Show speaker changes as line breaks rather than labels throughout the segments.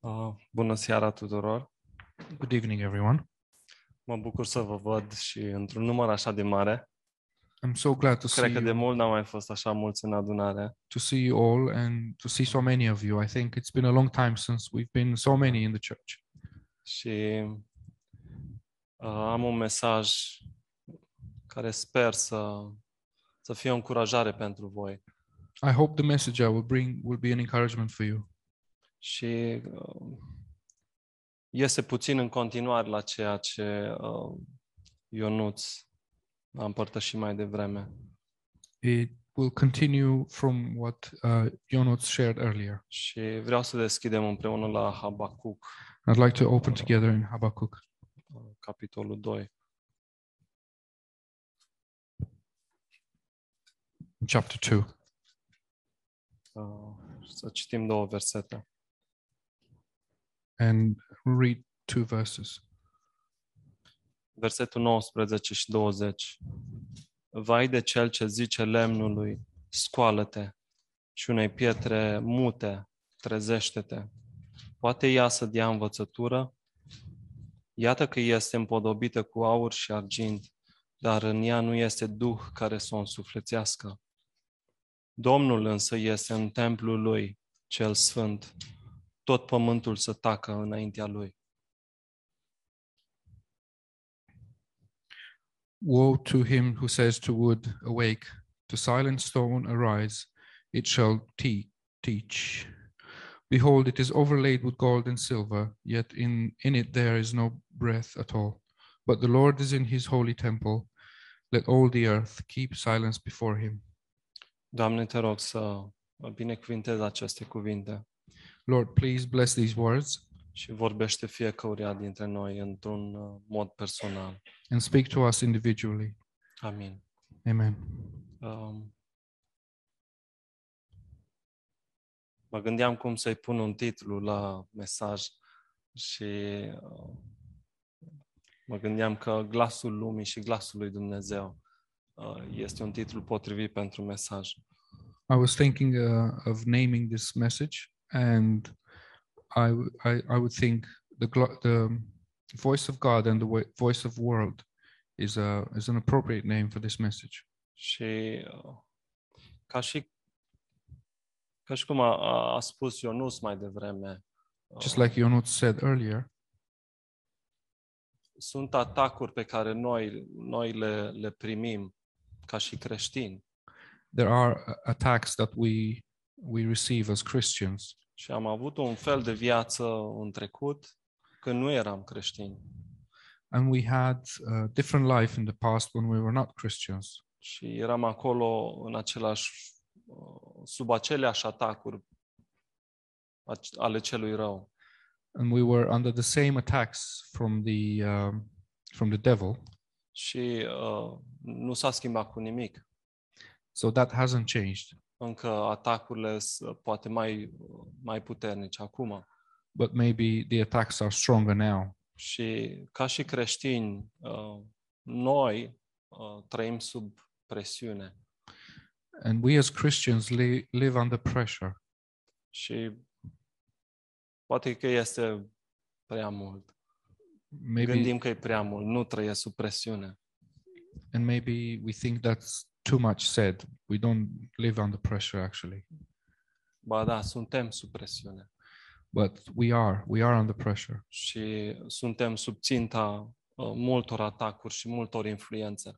Uh, Bună seara tuturor!
Good evening, everyone.
Mă bucur să vă văd și într-un număr așa de mare.
I'm so glad to see
Cred că de
you,
mult n-am mai fost așa mulți în adunare.
to see you all and to see so many of you. I think it's been a long time since we've been so many in the church.
Și uh, am un mesaj care sper să, să fie o încurajare pentru voi.
I hope the message I will bring will be an encouragement for you.
Și uh, iese puțin în continuare la ceea ce uh, Ionuț a împărtășit mai devreme.
It will continue from what uh, Jonot shared earlier.
Și vreau să deschidem împreună la Habacuc uh,
I'd like to open together in Habakkuk,
capitolul 2.
chapter 2.
Uh, Să citim două versete.
and read two verses.
Versetul 19 și 20. Vai de cel ce zice lemnului, scoală-te, și unei pietre mute, trezește-te. Poate ea să dea învățătură? Iată că este împodobită cu aur și argint, dar în ea nu este duh care să o însuflețească. Domnul însă este în templul lui, cel sfânt. Tot pământul să tacă înaintea lui.
Woe to him who says to wood, Awake, to silent stone, arise, it shall te- teach. Behold, it is overlaid with gold and silver, yet in, in it there is no breath at all. But the Lord is in his holy temple. Let all the earth keep silence before him.
Doamne, te rog să binecuvintezi aceste cuvinte
Lord, please bless these words
și vorbește fiecăruia dintre noi într-un uh, mod personal.
and speak to us individually.
Amin.
Amen.
Um, mă gândeam cum să-i pun un titlu la mesaj și uh, mă gândeam că glasul lumii și glasul lui Dumnezeu uh, este un titlu potrivit pentru mesaj.
I was thinking uh, of naming this message, and I w- I- I would think the glo- the voice of God and the wo- voice of world is a is an appropriate name for this message.
Și uh, ca și ca și cum a, a- a spus Ionus mai devreme, uh,
Just like Yonut said earlier,
sunt atacuri pe care noi, noi le, le primim ca și creștini
there are uh, attacks that we we receive as Christians,
și am avut un fel de viață în trecut când nu eram creștini
and we had a different life in the past when we were not Christians,
și eram acolo în același, uh, sub aceleași atacuri ac- ale celui rău.
and we were under the same attacks from the um, from the devil.
Și uh, nu s-a schimbat cu nimic.
So that hasn't changed.
încă atacurile sunt uh, poate mai, uh, mai puternice acum.
but maybe the attacks are stronger now.
Și ca și creștini, uh, noi uh, trăim sub presiune
And we as Christians li- live under pressure.
și poate că este prea mult.
Maybe
Gândim că e prea mult, nu trăiesc sub presiune.
and maybe we think that's too much said. We don't live under pressure actually,
Ba da, suntem sub presiune
but we are. We are under pressure,
și suntem sub ținta uh, multor atacuri și multor influențe.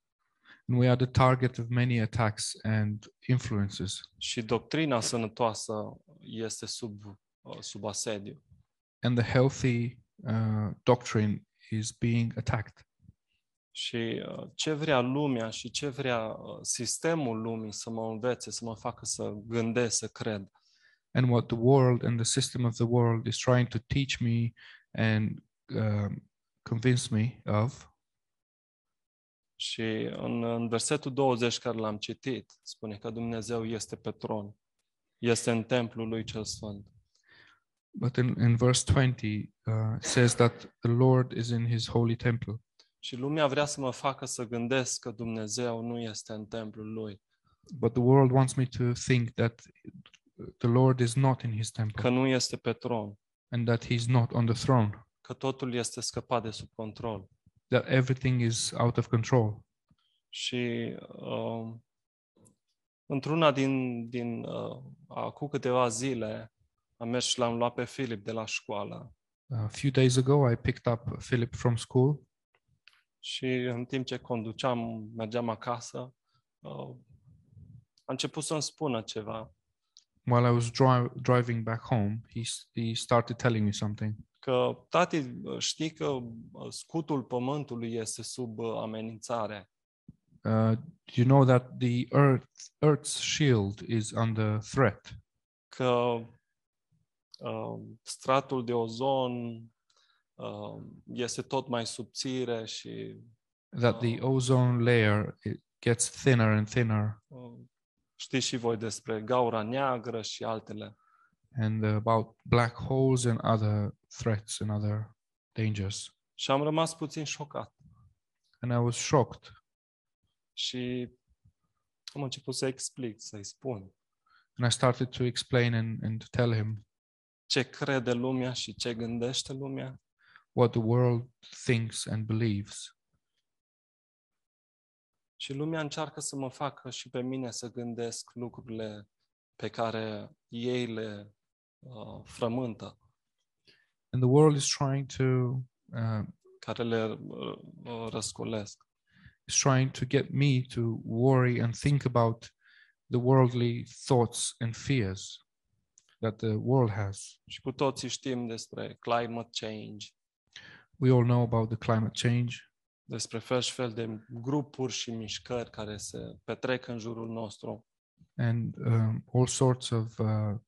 and we are the target of many attacks and influences.
Și doctrina sănătoasă este sub, uh, sub asediu.
And the healthy uh, doctrine is being attacked.
Și uh, ce vrea lumea și ce vrea uh, sistemul lumii să mă învețe, să mă facă să gândesc, să cred.
And what the world and the system of the world is trying to teach me and um, convince me of
Și în, în versetul 20 care l-am citit, spune că Dumnezeu este pe tron, este în templul lui cel sfânt.
But in, in verse 20, uh, it says that the Lord is in his holy temple.
Și lumea vrea să mă facă să gândesc că Dumnezeu nu este în templul lui,
But the world wants me to think that the Lord is not in his
că
temple,
nu este pe tron,
and that he is not on the throne,
că totul este scăpat de sub control.
that everything is out of control.
Și um, într-una din, din uh, acum câteva zile am mers și l-am luat pe Filip de la școală
A few days ago, I picked up Philip from school,
și în timp ce conduceam, mergeam acasă, uh, a început să-mi spună ceva,
while I was dri- driving back home, he, s- he started telling me something.
că tati știi că uh, scutul pământului este sub uh, amenințare
Uh, you know that the earth, Earth's shield is under threat,
că uh, stratul de ozon uh, este tot mai subțire și
that the ozone layer it gets thinner and thinner,
uh, știți și voi despre gaura neagră și altele.
and about black holes and other threats and other dangers.
Și am rămas puțin șocat
And I was shocked,
și am început să explic, să-i spun
and I started to explain and, and to tell him
ce crede lumea și ce gândește lumea.
what the world thinks and believes.
Și lumea încearcă să mă facă și pe mine să gândesc lucrurile pe care ei le uh, frământă.
And the world is trying to uh,
care le uh, uh, răscolesc.
is trying to get me to worry and think about the worldly thoughts and fears that the world has.
Și cu toții știm despre climate change,
We all know about the climate change,
despre fel și fel de grupuri și mișcări care se petrec în jurul nostru,
and um, all sorts of uh,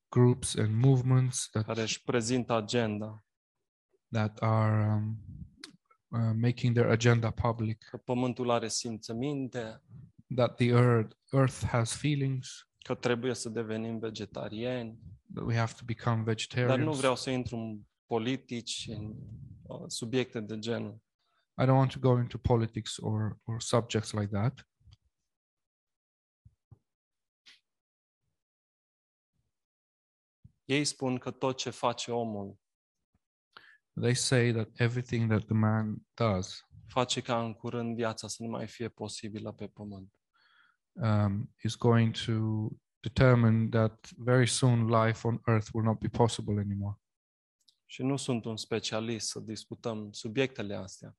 groups and movements
care
that
își prezintă agenda,
that are um, uh, making their agenda public.
că pământul are simțăminte,
That the earth Earth has feelings.
că trebuie să devenim vegetariani,
That we have to become
dar nu
vegetarians.
vreau să intru în politici, în uh, subiecte de genul.
I don't want to go into politics or or subjects like that.
Ei spun că tot ce face omul
They say that everything that the man does
face ca în curând viața să nu mai fie posibilă pe pământ.
um, is going to determine that very soon life on earth will not be possible anymore.
Și nu sunt un specialist să discutăm subiectele astea,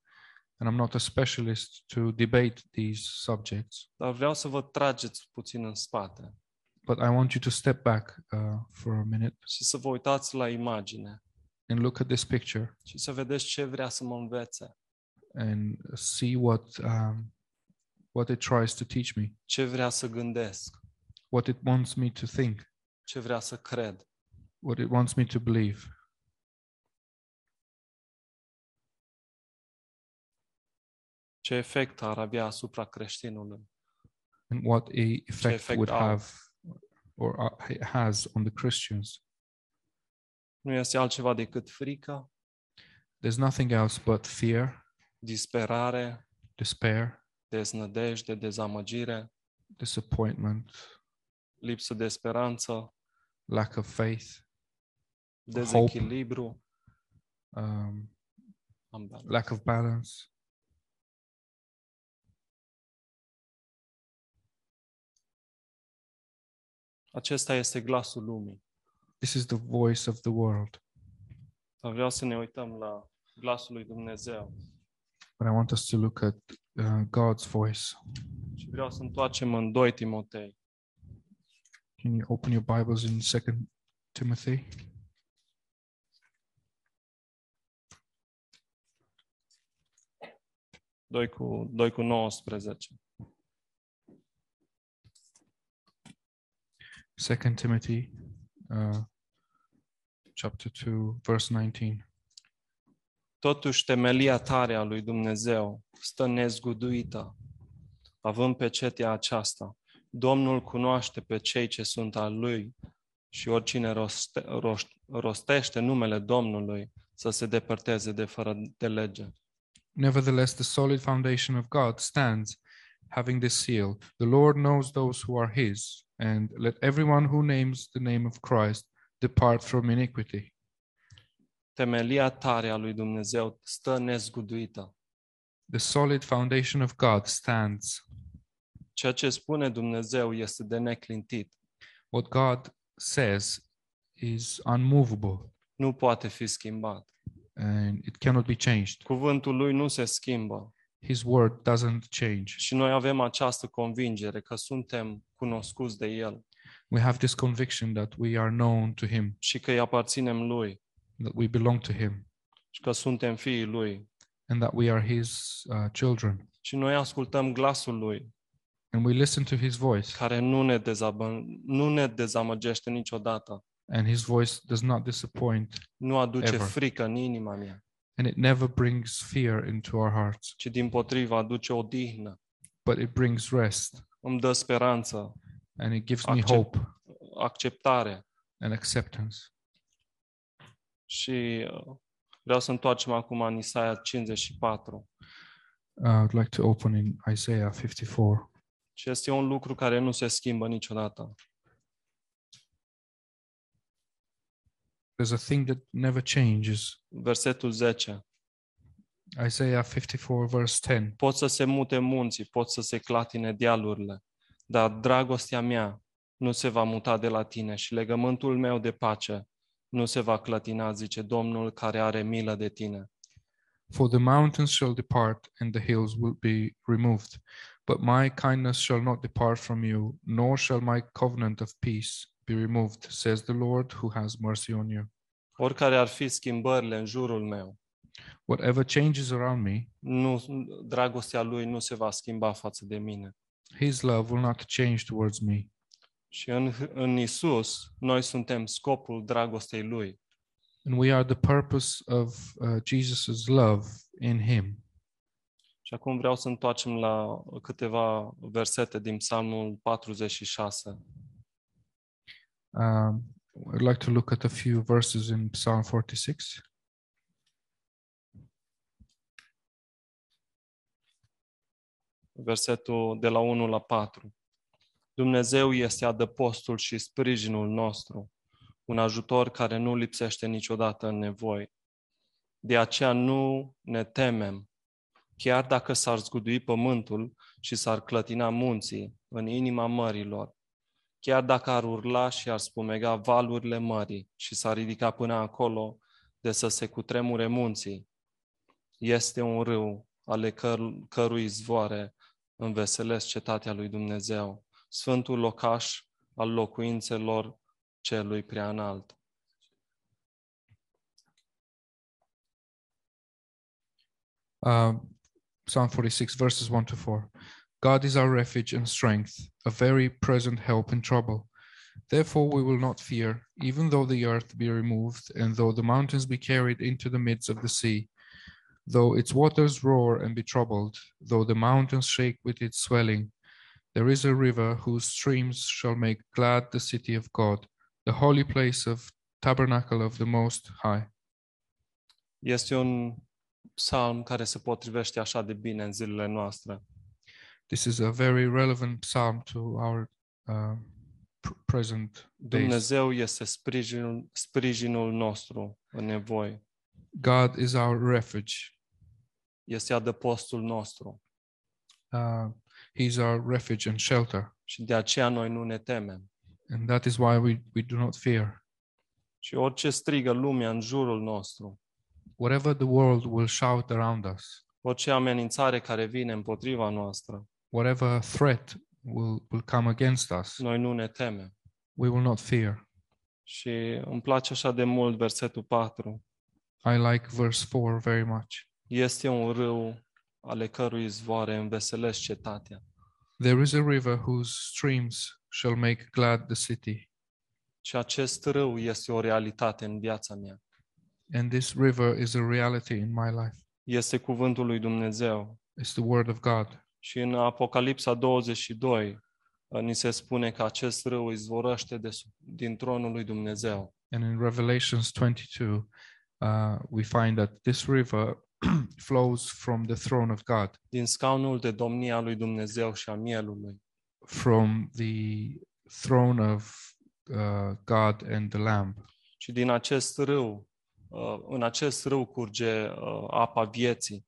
And I'm not a specialist to debate these subjects,
dar vreau să vă trageți puțin în spate
but I want you to step back uh, for a minute
și să vă uitați la imagine
and look at this picture
și să vedeți ce vrea să mă învețe,
and see what um, what it tries to teach me,
ce vrea să gândesc,
what it wants me to think,
ce vrea să cred.
what it wants me to believe.
Ce efect ar avea asupra creștinului?
and what a effect
effect
would
are.
have or uh, it has on the Christians.
Nu este altceva decât frică,
There's nothing else but fear,
disperare,
despair,
deznădejde, dezamăgire,
disappointment,
lipsă de speranță,
lack of faith,
dezechilibru,
um,
ambalaj.
lack of balance.
Acesta este glasul lumii.
This is the voice of the world.
Dar vreau să ne uităm la glasul lui Dumnezeu
But I want us to look at uh, God's voice.
și vreau să întoarcem în 2 Timotei,
Can you open your Bibles in Second Timothy?
doi cu, 2 cu 19.
Second Timothy, uh, chapter two, verse nineteen.
Totuși, temelia tare a lui Dumnezeu stă nezguduită, având pe cetea aceasta. Domnul cunoaște pe cei ce sunt al lui și oricine roste, roș, rostește numele Domnului să se depărteze de fără de lege.
Nevertheless, the solid foundation of God stands, having this seal The Lord knows those who are his, and let everyone who names the name of Christ depart from iniquity.
temelia tare a lui Dumnezeu stă nezguduită.
The solid foundation of God stands.
Ceea ce spune Dumnezeu este de neclintit,
What God says is unmovable
nu poate fi schimbat.
and it cannot be changed.
Cuvântul lui nu se schimbă
His word doesn't change.
și noi avem această convingere că suntem cunoscuți de El
We have this conviction that we are known to Him,
și că îi aparținem Lui
that we belong to Him,
și că suntem fiii Lui.
and that we are His uh, children.
Și noi ascultăm glasul Lui,
And we listen to His voice,
care nu ne, dezabă, nu ne dezamăgește niciodată,
and His voice does not disappoint,
nu aduce
Ever.
frică în inima mea,
and it never brings fear into our hearts,
ci din potrivă aduce odihnă,
but it brings rest,
îmi dă speranță,
and it gives me
Accept-
hope
acceptare.
and acceptance.
Și uh, vreau să întoarcem acum în Isaia 54.
Uh, I'd like to open in Isaiah 54.
Și este un lucru care nu se schimbă niciodată.
There's a thing that never changes.
Versetul 10.
Isaiah 54, verse 10.
Pot să se mute munții, pot să se clatine dealurile, dar dragostea mea nu se va muta de la tine și legământul meu de pace nu se va clătina, zice Domnul care are milă de tine.
For the mountains shall depart, and the hills will be removed. But my kindness shall not depart from you, nor shall my covenant of peace be removed, says the Lord who has mercy on you.
Oricare ar fi schimbările în jurul meu,
Whatever changes around me,
nu, dragostea lui nu se va schimba față de mine.
his love will not change towards me.
Și în, în Isus, noi suntem scopul dragostei lui.
And we are the purpose of uh, Jesus' love in him.
Și acum vreau să întoarcem la câteva versete din Psalmul 46.
Um, I'd like to look at a few verses in Psalm 46.
versetul de la 1 la 4. Dumnezeu este adăpostul și sprijinul nostru, un ajutor care nu lipsește niciodată în nevoi. De aceea nu ne temem, chiar dacă s-ar zgudui pământul și s-ar clătina munții în inima mărilor, chiar dacă ar urla și ar spumega valurile mării și s-ar ridica până acolo de să se cutremure munții, este un râu ale căr- cărui izvoare înveselesc cetatea lui Dumnezeu, sfântul locaș al locuințelor celui preanalt.
Um, Psalm 46, verses 1 to 4. God is our refuge and strength, a very present help in trouble. Therefore, we will not fear, even though the earth be removed, and though the mountains be carried into the midst of the sea, though its waters roar and be troubled, though the mountains shake with its swelling. There is a river whose streams shall make glad the city of God, the holy place of tabernacle of the Most High.
Este un psalm care se potrivește așa de bine în zilele noastre.
this is a very relevant psalm to our uh, pr- present days.
Dumnezeu este sprijinul, sprijinul nostru în nevoi,
God is our refuge.
este adăpostul nostru
Uh, he's our refuge and shelter,
și de aceea noi nu ne temem.
and that is why we, we do not fear.
Și orice strigă lumea în jurul nostru,
Whatever the world will shout around us,
orice amenințare care vine împotriva noastră,
whatever threat will, will come against us,
noi nu ne temem.
we will not fear.
Și îmi place așa de mult versetul 4.
I like verse 4 very much.
Este un râu ale cărui izvoare înveselesc cetatea.
There is a river whose streams shall make glad the city,
Și acest râu este o realitate în viața mea.
and this river is a reality in my life.
Este cuvântul lui Dumnezeu.
It's the word of God.
Și în Apocalipsa 22 uh, ni se spune că acest râu izvorăște de sub, din tronul lui Dumnezeu.
And in Revelations 22, uh, we find that this river flows from the throne of God,
Din scaunul de domnia lui Dumnezeu și a mielului.
from the throne of uh, God and the Lamb.
Și din acest râu uh, în acest râu curge uh, apa vieții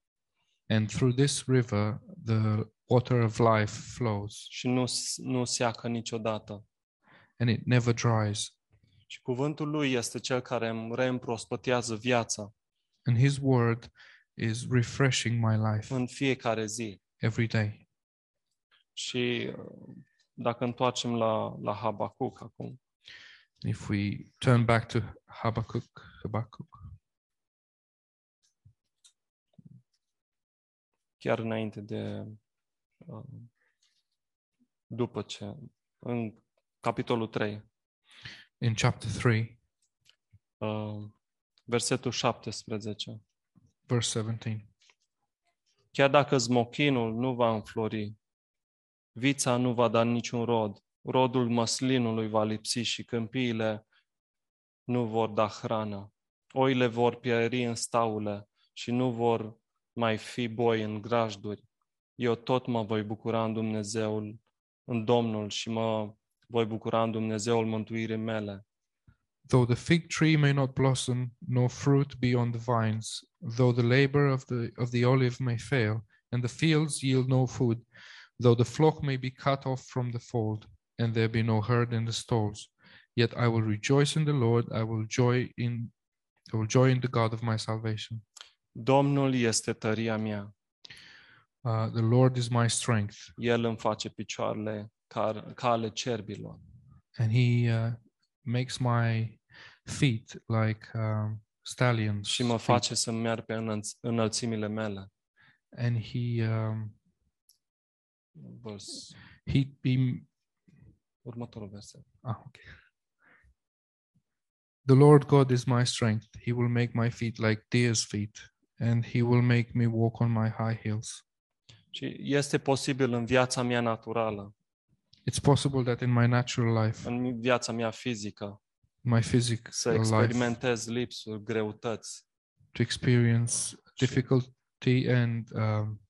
and through this river the water of life flows,
și nu, s- nu seacă niciodată.
and it never dries.
Și cuvântul lui este cel care îmi reîmprospătează viața
And His word is refreshing my life
în fiecare zi.
every day.
Și uh, dacă întoarcem la, la Habacuc acum,
And if we turn back to Habakkuk, Habakkuk,
chiar înainte de. uh, după ce. în capitolul 3,
in chapter 3,
uh, versetul 17.
verse 17.
Chiar dacă zmochinul nu va înflori, vița nu va da niciun rod, rodul măslinului va lipsi și câmpiile nu vor da hrană. Oile vor pieri în staule și nu vor mai fi boi în grajduri. Eu tot mă voi bucura în Dumnezeul, în Domnul și mă voi bucura în Dumnezeul mântuirii mele.
Though the fig tree may not blossom, nor fruit be on the vines, though the labor of the, of the olive may fail, and the fields yield no food, though the flock may be cut off from the fold, and there be no herd in the stalls, yet I will rejoice in the Lord, I will joy in I will joy in the God of my salvation.
Domnul este tăria mea,
Uh, the Lord is my strength,
El îmi face picioarele car, ca ale cerbilor.
and He uh, makes my feet like um, stallions,
și mă
feet,
face să merg pe înălț- înălțimile mele.
and He um,
Vers,
He be
următorul verset.
Ah, okay. The Lord God is my strength. He will make my feet like deer's feet, and he will make me walk on my high heels.
Și este posibil în viața mea naturală,
It's possible that in my natural life,
în viața mea fizică,
my physics
să
life,
experimentez lipsuri, greutăți.
to experience difficulty and um,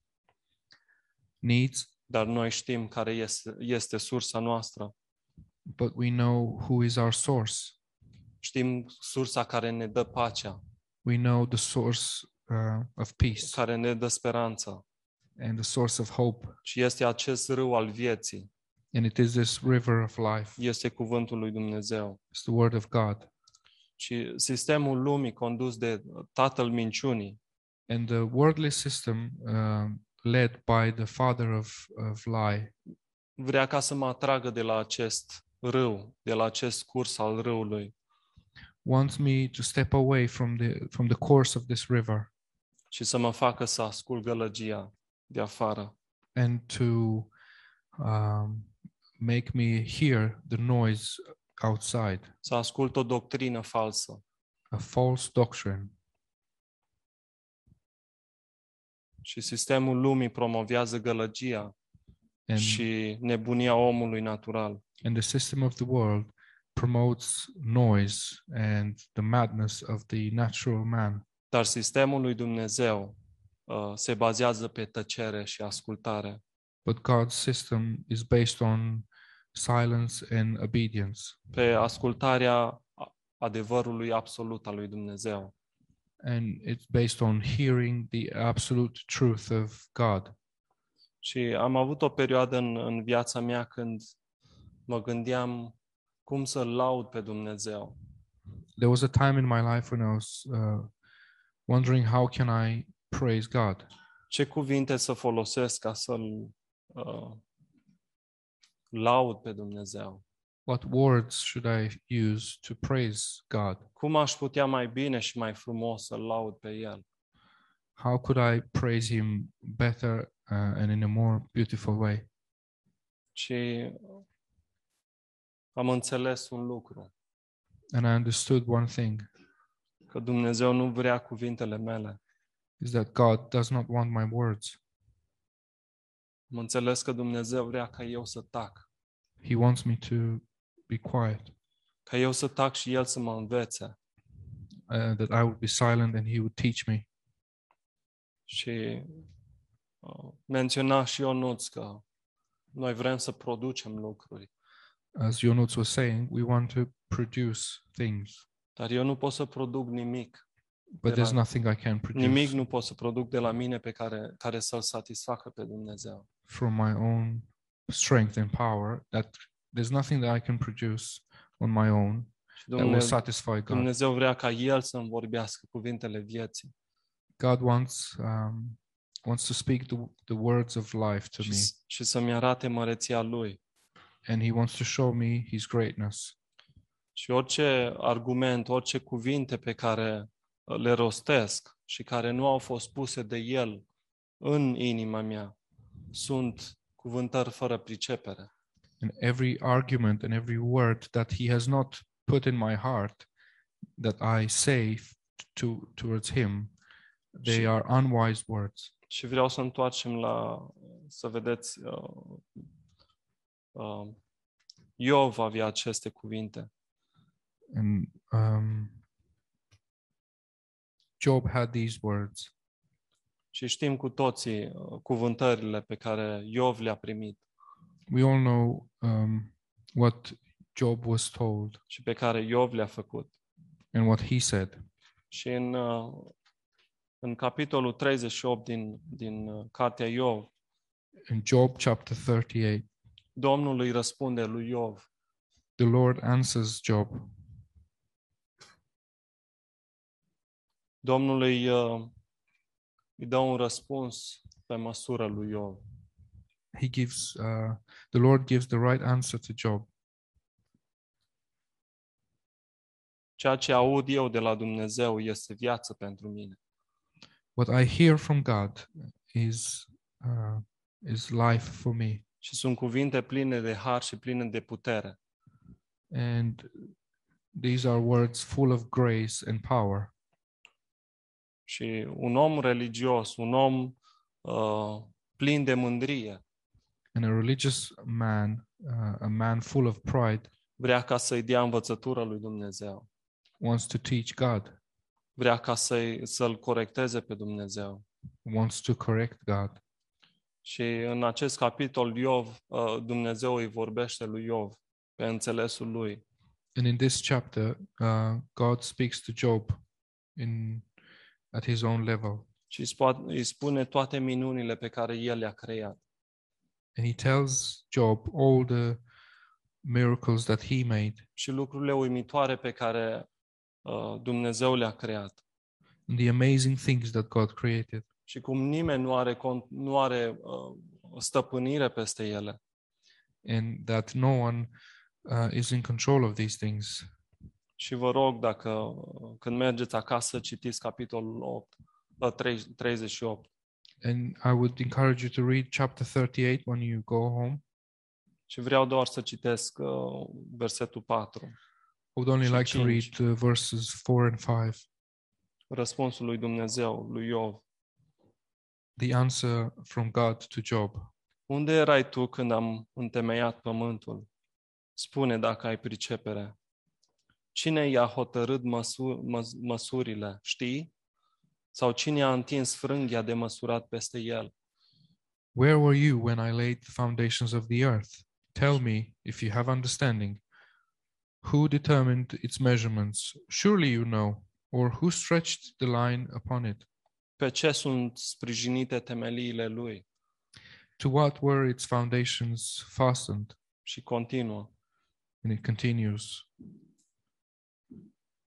needs,
Dar noi știm care este, este sursa noastră.
but we know who is our source.
Știm sursa care ne dă pacea,
We know the source uh, of peace
care ne dă speranța.
and the source of hope,
Și este acest râu al vieții,
and it is this river of life.
este cuvântul lui Dumnezeu.
It's the word of God.
Și sistemul lumii condus de tatăl minciunii
and the worldly system um, led by the father of, of lie
vrea ca să mă atragă de la acest râu, de la acest curs al râului
wants me to step away from the from the course of this river
și să mă facă să ascult gălăgia de afară.
and to um, make me hear the noise outside
Să ascult o doctrină falsă
a false doctrine
și sistemul lumii promovează gălăgia
and,
și nebunia omului natural.
and the system of the world promotes noise and the madness of the natural man
Dar sistemul lui Dumnezeu uh, se bazează pe tăcere și ascultare.
but god's system is based on silence and obedience
Pe ascultarea a- adevărului absolut al lui Dumnezeu.
and it's based on hearing the absolute truth of God.
Și am avut o perioadă în, în viața mea când mă gândeam cum să laud pe Dumnezeu.
There was a time in my life when I was uh, wondering how can I praise God?
Ce cuvinte să folosesc ca să-L uh, laud pe Dumnezeu?
What words should I use to praise God?
Cum aș putea mai bine și mai frumos să-L laud pe El?
How could I praise Him better uh, and in a more beautiful way?
Și am înțeles un lucru,
And I understood one thing
că Dumnezeu nu vrea cuvintele mele.
is that God does not want my words.
Am înțeles că Dumnezeu vrea ca eu să tac,
He wants me to be quiet,
ca eu să tac și El să mă învețe.
uh, that I would be silent and He would teach me.
Și uh, menționa și Ionuț că noi vrem să producem lucruri,
As Yonuts was saying, we want to produce things.
dar eu nu pot să produc nimic
but there's
Era-
nothing I can
Nimic
produce
nu pot să produc de la mine pe care, care să-L satisfacă pe Dumnezeu.
from my own strength and power. That there's nothing that I can produce on my own
Și
that will
Dumnezeu,
satisfy God.
Dumnezeu vrea ca El să-mi vorbească cuvintele vieții
God wants um, wants to speak the, the words of life to
și,
me,
s- și să-mi arate măreția Lui.
and He wants to show me His greatness.
Și orice argument, orice cuvinte pe care uh, le rostesc și care nu au fost puse de El în inima mea sunt cuvântări fără pricepere.
And every argument and every word that He has not put in my heart, that I say f- to towards Him, they
Sure.
are unwise words.
Și vreau să întoarcem la, să vedeți, uh, uh, Iov avea aceste cuvinte.
And um, Job had these words,
Și știm cu toții uh, cuvântările pe care Iov le-a primit
we all know um, what Job was told
și pe care Iov le-a făcut.
and what he said.
Și în, uh, în capitolul 38 din, din uh, cartea Iov,
In Job chapter 38,
Domnul îi răspunde lui Iov
the Lord answers Job.
Domnul îi, uh, îi dă un răspuns pe măsură lui Iov.
He gives, uh, the Lord gives the right answer to Job.
Ceea ce aud eu de la Dumnezeu este viață pentru mine.
What I hear from God is uh, is life for me,
Și sunt cuvinte pline de har și pline de putere.
and these are words full of grace and power.
Și un om religios, un om uh, plin de mândrie,
And a religious man, uh, a man full of pride,
vrea ca să-i dea învățătura lui Dumnezeu.
wants to teach God,
Vrea ca să-i, să-l corecteze pe Dumnezeu.
wants to correct God.
Și în acest capitol Iov, uh, Dumnezeu îi vorbește lui Iov pe înțelesul lui.
And in this chapter, uh, God speaks to Job in at his own level,
Și îi spo- îi spune toate minunile pe care el le-a creat.
and he tells Job all the miracles that he made
și lucrurile uimitoare pe care uh, Dumnezeu le-a creat
and the amazing things that God created,
și cum nimeni nu are, con- nu are uh, stăpânire peste ele.
and that no one uh, is in control of these things.
Și vă rog, dacă uh, când mergeți acasă, citiți capitolul 8, uh, 3 38
And I would encourage you to read chapter 38 when you go home.
și vreau doar să citesc uh, versetul 4,
I would only
Și
like to read
cinci.
uh, verses four and five.
răspunsul lui Dumnezeu, lui Iov.
The answer from God to Job.
Unde erai tu când am întemeiat pământul? Spune dacă ai pricepere. Cine i-a hotărât măsu- măs- măsurile, știi? Sau cine a întins frânghia de măsurat peste el?
Where were you when I laid the foundations of the earth? Tell me, if you have understanding, who determined its measurements? Surely you know, or who stretched the line upon it?
Pe ce sunt sprijinite temeliile lui?
To what were its foundations fastened?
Și continuă.
And it continues.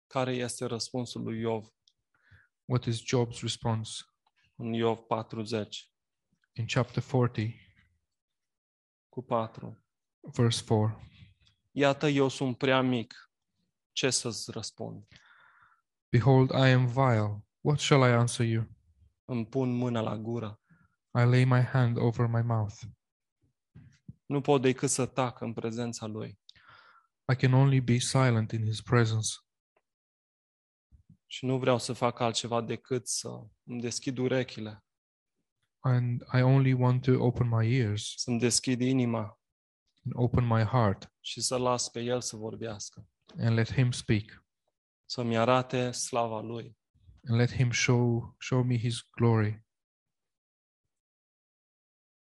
Care este răspunsul lui Iov
What is Job's response
în Iov 40
in chapter 40,
cu 4?
verse 4?
Iată, eu sunt prea mic. Ce să-ți răspund?
Behold, I am vile. What shall I answer you?
Îmi pun mâna la gură.
I lay my hand over my mouth.
Nu pot decât să tac în prezența lui.
I can only be silent in his presence.
Și nu vreau să fac altceva decât să îmi deschid urechile,
And I only want to open my ears.
să-mi deschid inima
and open my heart
și să las pe El să vorbească,
and let him speak
să-mi arate slava Lui.
and let him show show me his glory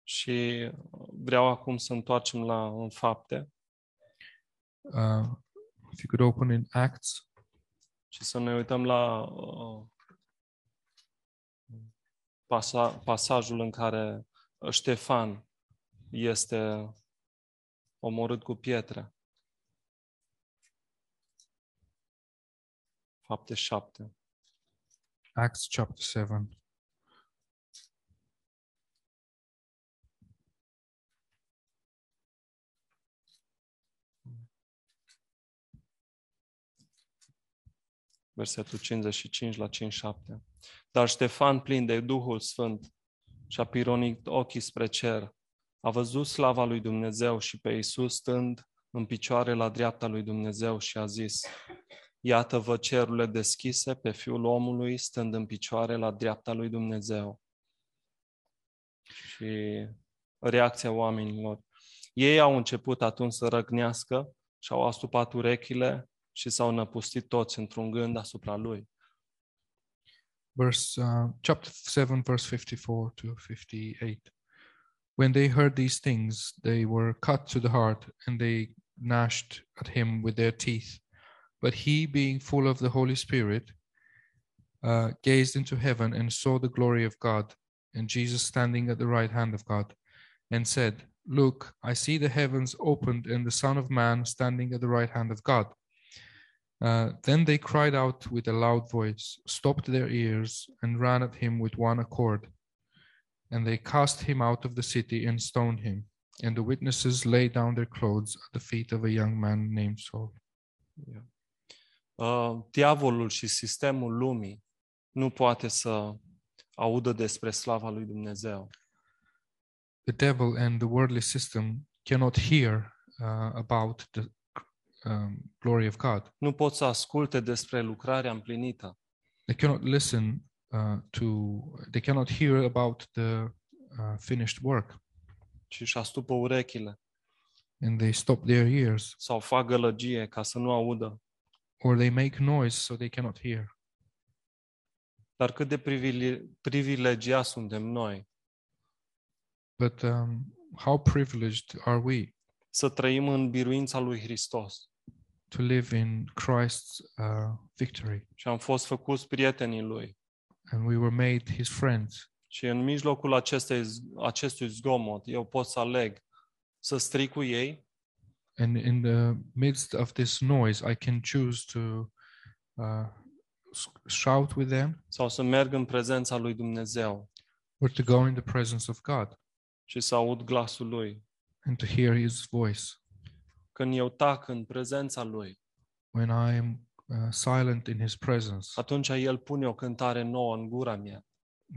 Și uh, vreau acum să întoarcem la în fapte
uh, if you could open in acts
și să ne uităm la uh, pasa, pasajul în care uh, Ștefan este omorât cu pietre. Fapte 7.
Acts chapter 7.
versetul 55 la 57. Dar Ștefan, plin de Duhul Sfânt, și-a pironit ochii spre cer, a văzut slava lui Dumnezeu și pe Iisus stând în picioare la dreapta lui Dumnezeu și a zis, Iată vă cerurile deschise pe Fiul omului stând în picioare la dreapta lui Dumnezeu. Și reacția oamenilor. Ei au început atunci să răgnească și au astupat urechile și s-au năpustit toți într-un gând asupra lui.
verse uh, chapter 7 verse 54 to 58 when they heard these things they were cut to the heart and they gnashed at him with their teeth but he being full of the holy spirit uh, gazed into heaven and saw the glory of god and jesus standing at the right hand of god and said look i see the heavens opened and the son of man standing at the right hand of god uh, then they cried out with a loud voice, stopped their ears, and ran at him with one accord. And they cast him out of the city and stoned him. And the witnesses laid down their clothes at the feet of a young man named Saul.
Uh, Diavolul și sistemul lumii nu poate să audă despre slava lui Dumnezeu.
The devil and the worldly system cannot hear uh, about the um, glory of God.
Nu pot să asculte despre lucrarea împlinită.
They cannot listen uh, to, they cannot hear about the uh, finished work,
și își astupă urechile
and they stop their ears,
sau fac gălăgie ca să nu audă.
or they make noise so they cannot hear.
Dar cât de privile- privilegiați suntem noi
But um, how privileged are we
să trăim în biruința lui Hristos.
to live in Christ's uh, victory?
Și am fost făcuți prietenii lui.
And we were made his friends.
Și în mijlocul acestei, acestui zgomot, eu pot să aleg să strig cu ei
And in the midst of this noise, I can choose to uh, s- shout with them
sau să merg în prezența lui Dumnezeu
or to go in the presence of God
și să aud glasul lui.
and to hear his voice.
Când eu tac în prezența lui,
When I am uh, silent in his presence,
atunci el pune o cântare nouă în gura mea.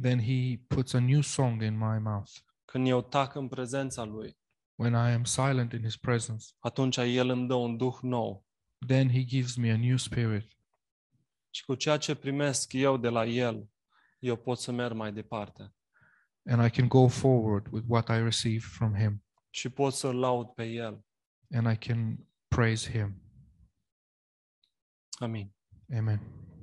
then he puts a new song in my mouth.
Când eu tac în prezența lui,
When I am silent in his presence,
atunci el îmi dă un duh nou.
then he gives me a new spirit.
Și cu ceea ce primesc eu de la El, eu pot să merg mai departe
and I can go forward with what I receive from Him,
și pot să-L laud pe El.
and I can praise Him.
Amin.
Amen.